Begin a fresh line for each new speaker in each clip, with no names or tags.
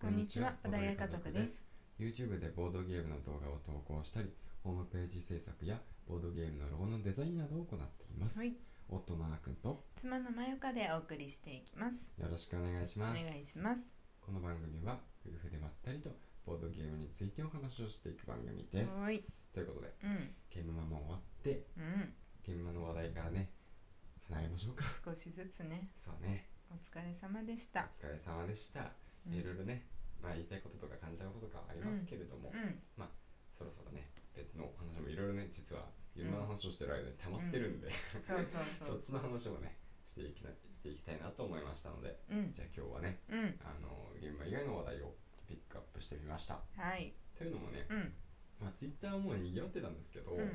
こんにちは、小田屋家族です。
YouTube でボードゲームの動画を投稿したり、ホームページ制作やボードゲームのロゴのデザインなどを行っています。
はい、
夫のあーくんと
妻のまよかでお送りしていきます。
よろしくお願いし
お
ます。
願いします。
この番組は夫婦でまったりとボードゲームについてお話をしていく番組です。
はい
ということで、
うん、
ゲームマも終わって、
うん、
ゲームマの話題からね、離れましょうか。
少しずつね、
そうね、
お疲れ様でし
お
た。
疲れ様でした。
うん
いろいろね、まあ言いたいこととか感じたこととかはありますけれども、
うん、
そろそろね別のお話もいろいろね実は今の話をしてる間に溜まってるんで、
そうそう
そっ
そう。
ちの話もねしていきなしていきたいなと思いましたので
うん、
じゃあ今日はね
うん、
あの現場以外の話題をピックアップしてみました
はい、
というのもね、
うん、
まあ、Twitter はもう賑わってたんですけど、
うん、うん、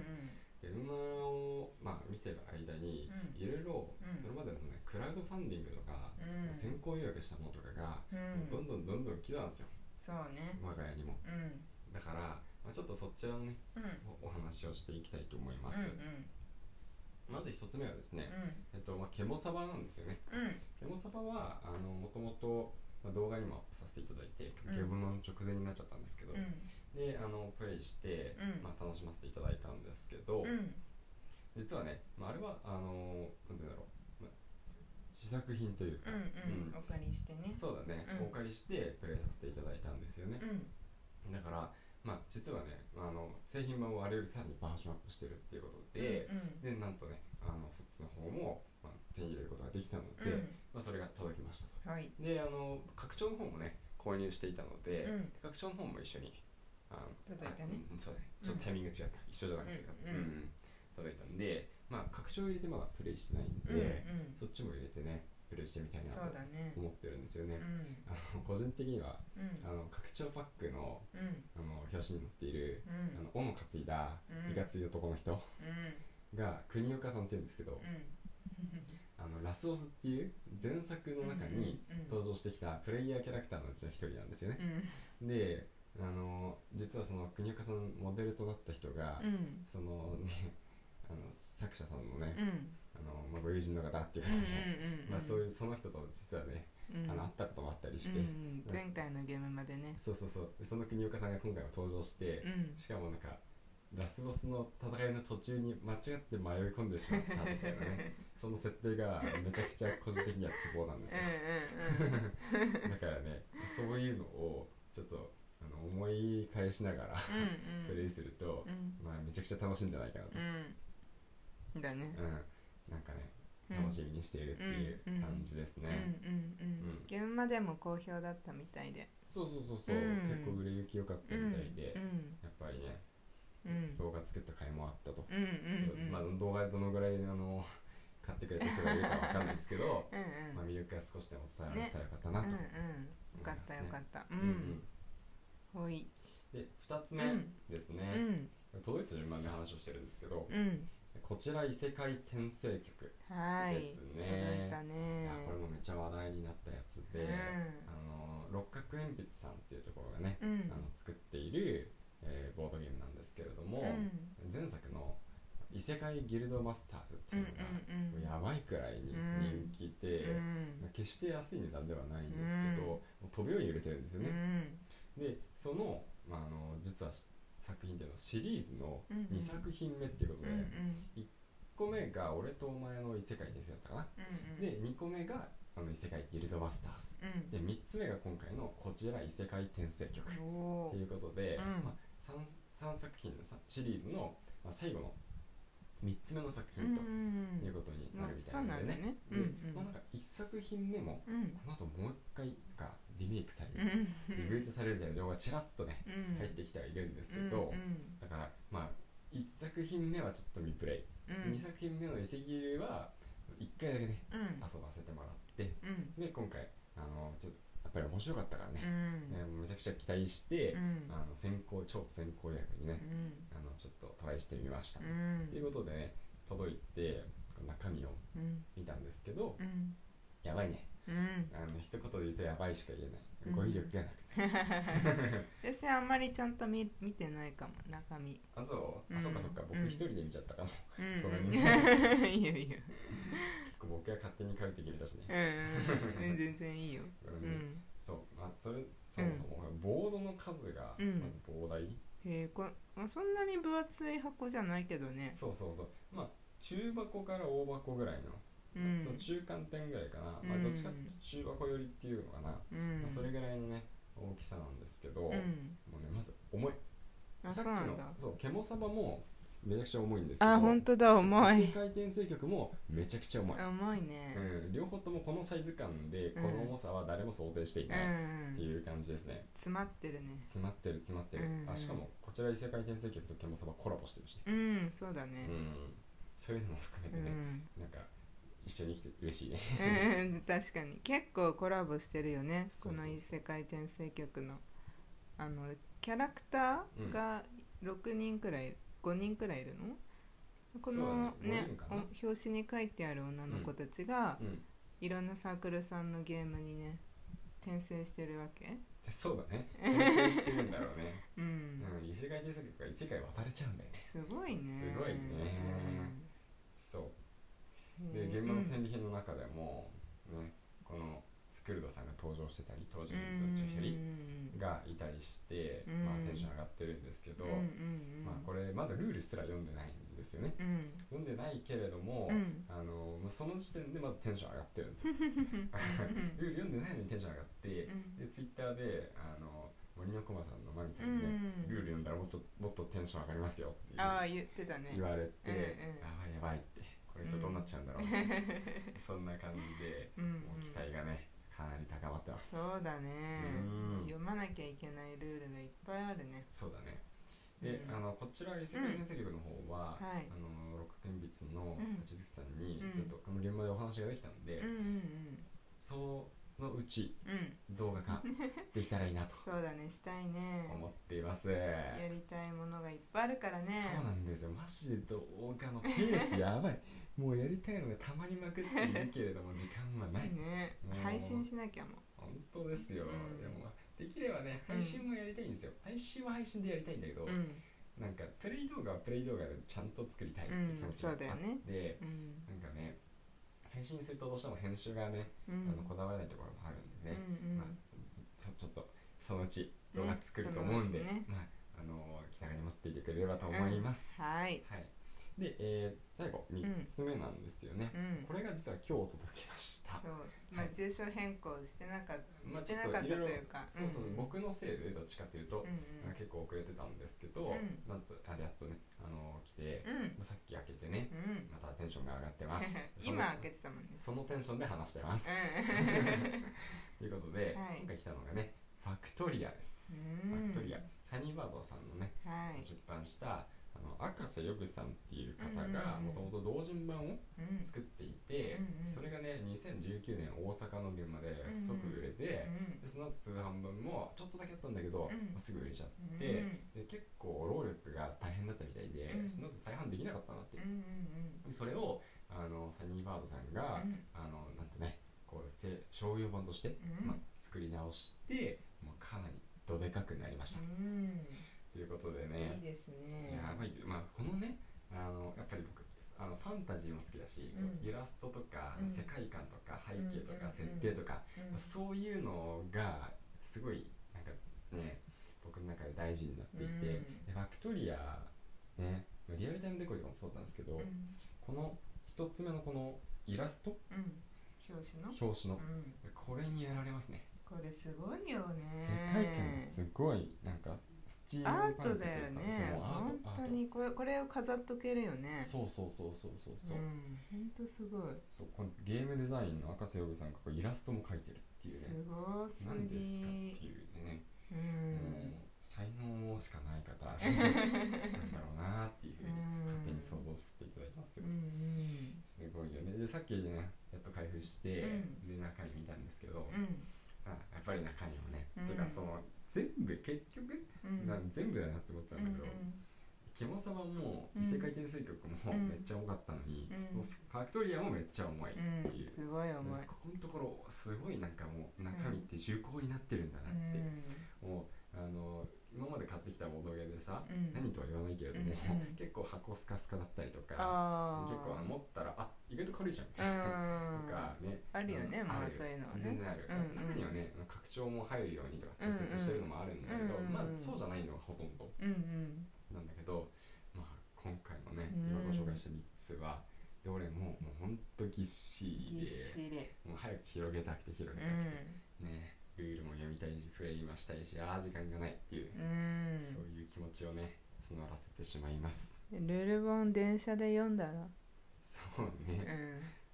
ゲルマを、まあ、見てる間に
うん
いろいろ
うん
それまでのねクラウドファンディングとか、
うん
先行予約したものとかが、
うん
どんどんどんどん来たんですよ
そうね。
我が家にも
うん、
だから、まあ、ちょっとそちらのね
うん、
おお話をしていきたいと思いま
うん、
す、まず一つ目はですね、えっとまあ、ケモサバなんですよね
うん、うん、
ケモサバはあのもともとまあ動画にもアップさせていただいて、
うん
ケモノの直前になっちゃったんですけど、
う
であのプレイして、
うん
まあ、楽しませていただいたんですけど、
ん、うん、
実はね、まあ、あれはあのなんて言うんだろう、まあ、試作品というか、
うん、うん、お借りしてね。
そうだね、
うん
お借りしてプレイさせていただいたんですよね
う、ん、
だから、まあ、実はねあの製品版をあれよりさらにバージョンアップしてるっていうことで、
うん、
でなんとねあのそっちの方も、まあ、手に入れることができたので、
う
まあ、それが届きましたと
ん、はい、
であの拡張の方もね購入していたので、
うん
拡張の方も一緒にあの
届いたね
あうんそうだねちょっとタイミング違った、一緒じゃなくて、
うんうん
届いたんでまあ拡張入れてまだプレイしてないん
う
で、
ん、うん、
そっちも入れてねプレイしてみたいな
そ
と
うだね。
思ってるんですよ
う
ね、
ん、
あの個人的には
うん
あ、の拡張パックの
うん。
あの表紙に載っている、
う
あ
ん
の斧担いだ、
うん
いかつい男の人
うん
が国岡さんって言うんですけど、
う
あのラスオスっていう前作の
ん
中に
うん
登場してきたプレイヤーキャラクターのうちの一人なんですよね
う、ん
であの実はその国岡さんモデルとなった人が、
うん
そのねあの作者さんのね、
うんうん
あのまあ、ご友人の方っていうか、ね
うん
まあ、そういううその人と実はね、
ん
あの会ったこともあったりして、
うんうん前回のゲームまでね
そうそうそうでその国岡さんが今回も登場して
う、ん
しかもなんかラスボスの戦いの途中に間違って迷い込んでしまったみたいなねその設定がめちゃくちゃ個人的にはツボなんですよ
うんうんうん
だからねそういうのをちょっとあの思い返しながらプレイすると
う、ん
まあ、めちゃくちゃ楽しいんじゃないかなと、
うんだね
うんなんかね
うん
楽しみにしているっていう
うん
感じですね、
うんうんうん
うん
ゲームまでも好評だったみたいで
そうそうそうそう、
うん
結構売れ行き良かったみたいで、
うん
やっぱりね
うん
動画作った回もあったと、
うんうんうん
まあ、動画でどのぐらいあの 買ってくれた人がいるかわかんないですけど
うんうん
まあ魅力が少しでも伝わられたらよかったなと
うんう
思い
んよか
ま
っ
す
た
ね、
よかったう
うん
んほい
うん、で2つ
う
目
ん
です
う
ね、
ん
届いた順番で話をしてるんですけど、
うん
こちら異世界転生曲
はい
です
届い
ね
た
い
ね
やこれもめっちゃ話題になったやつで、
うん
あの六角鉛筆さんっていうところがね、
うん
あの作っている、えーボードゲームなんですけれども、
うん
前作の「異世界ギルドマスターズ」って
うん
いううんのが、
うん
やばいくらいに
うん
人気で、
うん
決して安い値段ではないんですけど、
うん
もう飛ぶように売れてるんですよ
う
ね、
ん
でその,、まあ、あの実は作品っていうのはシリーズの
うんうん
2作品目っていうこと
うん
で、
うん
1個目が「俺とお前の異世界です」だったかな、
うん
で2個目が「あの異世界ギルドバスターズ
うん」
で3つ目が今回の「こちら異世界転生曲」
お
と
お
いうことで、
うん
まあ、3, 三作品のさシリーズの、まあ、最後の3つ目の作品と
うん
いうことになるみた
そう
いな
なんん
で
だ
ね。
ね
で
うん
まあ、なんか1作品目も
うんうん
この後もう一回なんかリメイクされ
う
る、
ん
リブートされるみたいな情報がちらっとね、
うん
入ってきてはいるんですけど、
うん
だからまあ1作品目はちょっと未プレイ、
うん
2作品目の遺跡は1回だけね
うんうん
遊ばせてもらって
うん
で今回あのちょっとやっぱり面白かったから
う
ね、
ん
えーめちゃくちゃ期待して、
うん
あの先行超先行予約にね、
うん
あのちょっとトライしてみました、
う
とい
ん
うことでね届いて中身を
うん
見たんですけど、
うん
やばいね
うん
あの一言で言うとやばいしか言えない、
うん
語彙力がなくて
私あんまりちゃんと見見てないかも中身
あそう、
う
あ
ん
そっかそっか僕
うん
一人で見ちゃった かも、
うん
ごめん
うん いいよいいよ
僕が勝手に書いてきれたしね、
うんうんうん全然いいよ
うん
うん
そうまあそれそもそも、ボードの数がま
う
ず
ん
膨大、
へえこ、まあ、そんなに分厚い箱じゃないけどね
そうそうそうまあ中箱から大箱ぐらいの、
うん
その中間点ぐらいかな、まあ、
うん
どっちかっていうと中箱寄りっていうのかな、
うん
まあ、それぐらいのね大きさなんですけど、
うん
もうねまず重い
あ
さ
そ
っ
う
き
な
の
んだ
そうケモサバもめちゃくちゃ重いんですけど
あ本当だ重
世
い
界転生曲もめちゃくちゃ重い、
重いね
うん、両方ともこのサイズ感でこ
うん
の重さは誰も想定していうない
ん
っていう感じですね、
詰まってるね
詰まってる詰まってる、
うん
あしかもこちら異世界転生曲とケモサバコラボしてるしね、
うんそうだ
う
ね
ん、そういうのも含め
う
てね、
ん、
なんか一緒に来て嬉しいね
うん、確かに結構コラボしてるよね
そ
こ
うそうそう
の異世界転生局のあのキャラクターが6人くらい、5人くらいいるのこ
そ
の
うだね
ね
五人かな
お表紙に書いてある女の子たちが、
うん
いろんなサークルさんのゲームにね転生してるわけ
でそうだ ね転生してるんだろうね、
う
うん
ん、
異世界転生曲が異世界渡れちゃうんだよね
すごいね
すごいねそう
うん
で
へえ
現場の戦利品の中でも、ね、このスクルドさんが登場してたり登場
う
人物のうちの一人
ん
がいたりして、
うん
まあ、テンション上がってるんですけど、
うんうんうん
まあ、これまだルールすら読んでないんですよね
うん
読んでないけれども、
うん
あのまあその時点でまずテンション上がってるん ですよ ルール読んでないのにテンション上がって、
うん
でツイッターであの森の駒さんのマミさ
うん
にね、
ん
ルール読んだらもっともっとテンション上がりますよっていう
ああ言ってたね
言われて、
うんうん
やばいやばいってこれちょっとどうなっちゃうんだろう、 そんな感じで、
うんうん
もう期待がねかなり高まってます
そうだね
うん
読まなきゃいけないルールがいっぱいあるね
そうだねで、
うん
あのこちら異世界伝説局の方は、
うんはい
あの六剣筆の
うん
八月さんに
うん
ちょっとこの現場でお話ができたので、
うんうん
そのうち
うんうん
動画ができたらいいなと
そうだねしたいね
思ってい ます、
やりたいものがいっぱいあるからね
そうなんですよマジで動画のペースやば いもうやりたいのがたまりまくっているけれども時間はない
ね
もう
配信しなきゃも
本当ですよ、
うん
でもまあできればね
うん
配信もやりたいんですよ、配信は配信でやりたいんだけど、
ううん
なんかプレイ動画はプレイ動画でちゃんと作りたいっていう気持ちがあっ
うん
て、
そうだよねうん
なんかね配信するとどうしても編集がね、
うん
あのこだわれないところもあるんで
うん
ね、
うん
まあそちょっとそのうち動画作ると思うんで、
ねそのうちね
まああのー気長に待っていてくれればと思います、
はい
はいで、えー最後3つ目なんですよね、
うん
これが実は今日届きました
そうまあ
はい
住所変更してなかった
まあ
して
ちょっ
な
と
かったと
ろろ
いうか
そうそう、
ん
僕のせいでどっちかというと、
うんうん
結構遅れてたんですけど、
うん
なんとあやっとねあの来て、
うん
まあさっき開けてね、
うん
またテンションが上がってますその
今開けてたもんね
そのテンションで話してます、 ということで、
はい
今回来たのがねファクトリアです、
うん
ファクトリアサニーバードさんのね、
うんはい
出版したあの赤瀬ヨグさんっていう方
う
が
んうん
も
うん
ともと同人版を
うん
作っていて、
うんうん
それがね2019年大阪の現場で
うんう
す
ん
ごく売れて、
うん
でその後通販分もちょっとだけあったんだけど、
うん
まあすぐ売れちゃって、
うん
で結構労力が大変だったみたいで、
うん
その後再販できなかったなって
うんう、ん
でそれをあのサニーバードさんが、
うん
あのなんとねこうせ商用版として、
うん
まあ、作り直してもうかなりどでかくなりました、
うん
ということで
いい
ね
ですね
やばいまあこのねあのやっぱり僕あのファンタジーも好きだし、
うん
イラストとか、
うん
世界観とか背景とか、
うん
設定とか、
うん
まあそういうのがすごいなんかね僕の中で大事になっていて、
うん
でファクトリアねまあリアルタイムデコイとかもそうなんですけど、
うん
この一つ目のこのイラスト
うん表紙の
表紙の、
うん
これにやられますね
これすごいよね
世界観がすごいなんかスチームパン
アート
クと
だ
い
よ
うか
ね
そのアー
本
トア
当
ー
にこれこれを飾っとけるよね
トそうそうそうそうそうそう、
うん本当すごい
そうこのゲームデザインの赤瀬曜さんがこうイラストも描いてるっていう
す
ね
ごす
なんですかって
ぎ
いうね
う
もうん才能しかない 方なんだろうなっていうふうに
うん
勝手に想像させていただいてますけ
うん
ど、
うん
すごいよねでさっきねやっと開封して、
うん
で中身見たんですけど、
うん
あやっぱり中身もね、
うん
てかその全部結局、
うん
な全部だなって思っちゃうんだけど、ケモサバも
うん
異世界転生曲も
うん
めっちゃ重かったのに、
うん
もうファクトリアもめっちゃ重いって
うん
いう、
すごい重い
ここのところすごいなんかもう中身って重厚になってるんだなって、もうあの今まで買ってきたボードゲームでささ、
うん
何とは言わないけれども、
うんうん
結構箱スカスカだったりとか
あ
結構あ持ったらあ意外と軽いじゃんみたいなとか
あ
ね
あるよね
ん
まあ
るよ
そういうのはね
全然ある、
うんうん
中にはね拡張も入るようにとか調節してるのもあるんだけど、
うんうん
まあそうじゃないのがほとんど
うんうん
なんだけどまあ今回のね
う
今
ん
ご紹介した3つはどれももうほんとぎっしり
ぎっ
で
しり
もう早く広げたくて広げ
う
たくて、
ん
ねルールも読みたいしプレイもしたいしああ時間がないっていう
う
そうんいう気持ちをね募らせてしまいます
ルール本電車で読んだら
そう
う
ね、
ん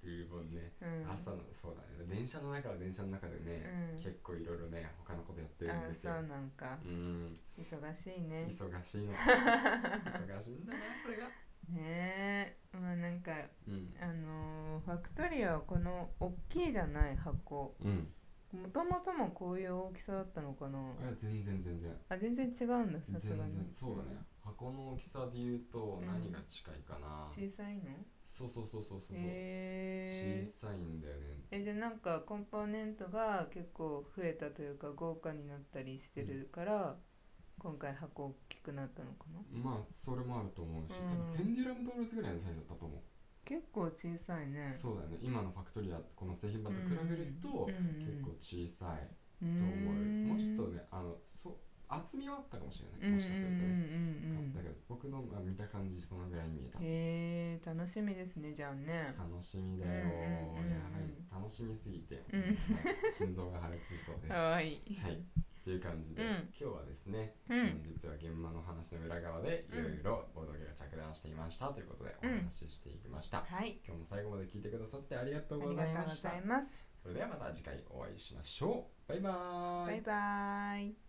ルール本ね、
うん
朝のそうだね電車の中は電車の中でね、
うん
結構いろいろね他のことやってるん
あ
です
そ
よ
うなんか
うん
忙しいね
忙しいの忙しいんだなこれが
ねえまあなんか
うん
あのーファクトリアはこの大きいじゃない箱
うん
もともともこういう大きさだったのかな
あ全然全然
あ全然違うんださ
全
すがに
然そうだね箱の大きさで言うと
うん
何が近いかな、
小さいの
そうそうそうそうそう、
へえ
小さいんだよね
えじゃあなんかコンポーネントが結構増えたというか豪華になったりしてるから、今回箱大きくなったのかな
まあそれもあると思うし、
うん
多分ペンデュラムドールズぐらいのサイズだったと思う
結構小さいね
そうだね今のファクトリアこの製品版と比べると、結構小さいと
構
思う、もうちょっとねあのそう厚みはあったかもしれない、もしかすると
うんうん
ね、
うんうん
だけど僕の、まあ、見た感じそのぐらいに見えた、
へえ楽しみですねじゃあね
楽しみだよ、
うんうんうんうん
やばい楽しみすぎて、
うん
心臓が破裂しそうです
か
は
わいい
いっていう感じで、
うん
今日はですね、
うん
実は現場の話の裏側でいろいろボードゲーが着弾していましたということでお話ししていきました、
はい
今日も最後まで聞いてくださってありがと
あ
う
りがと
ご
うご
ざ
ざ
いました
います
それではまた次回お会いしましょうバイバーイ
バイバイ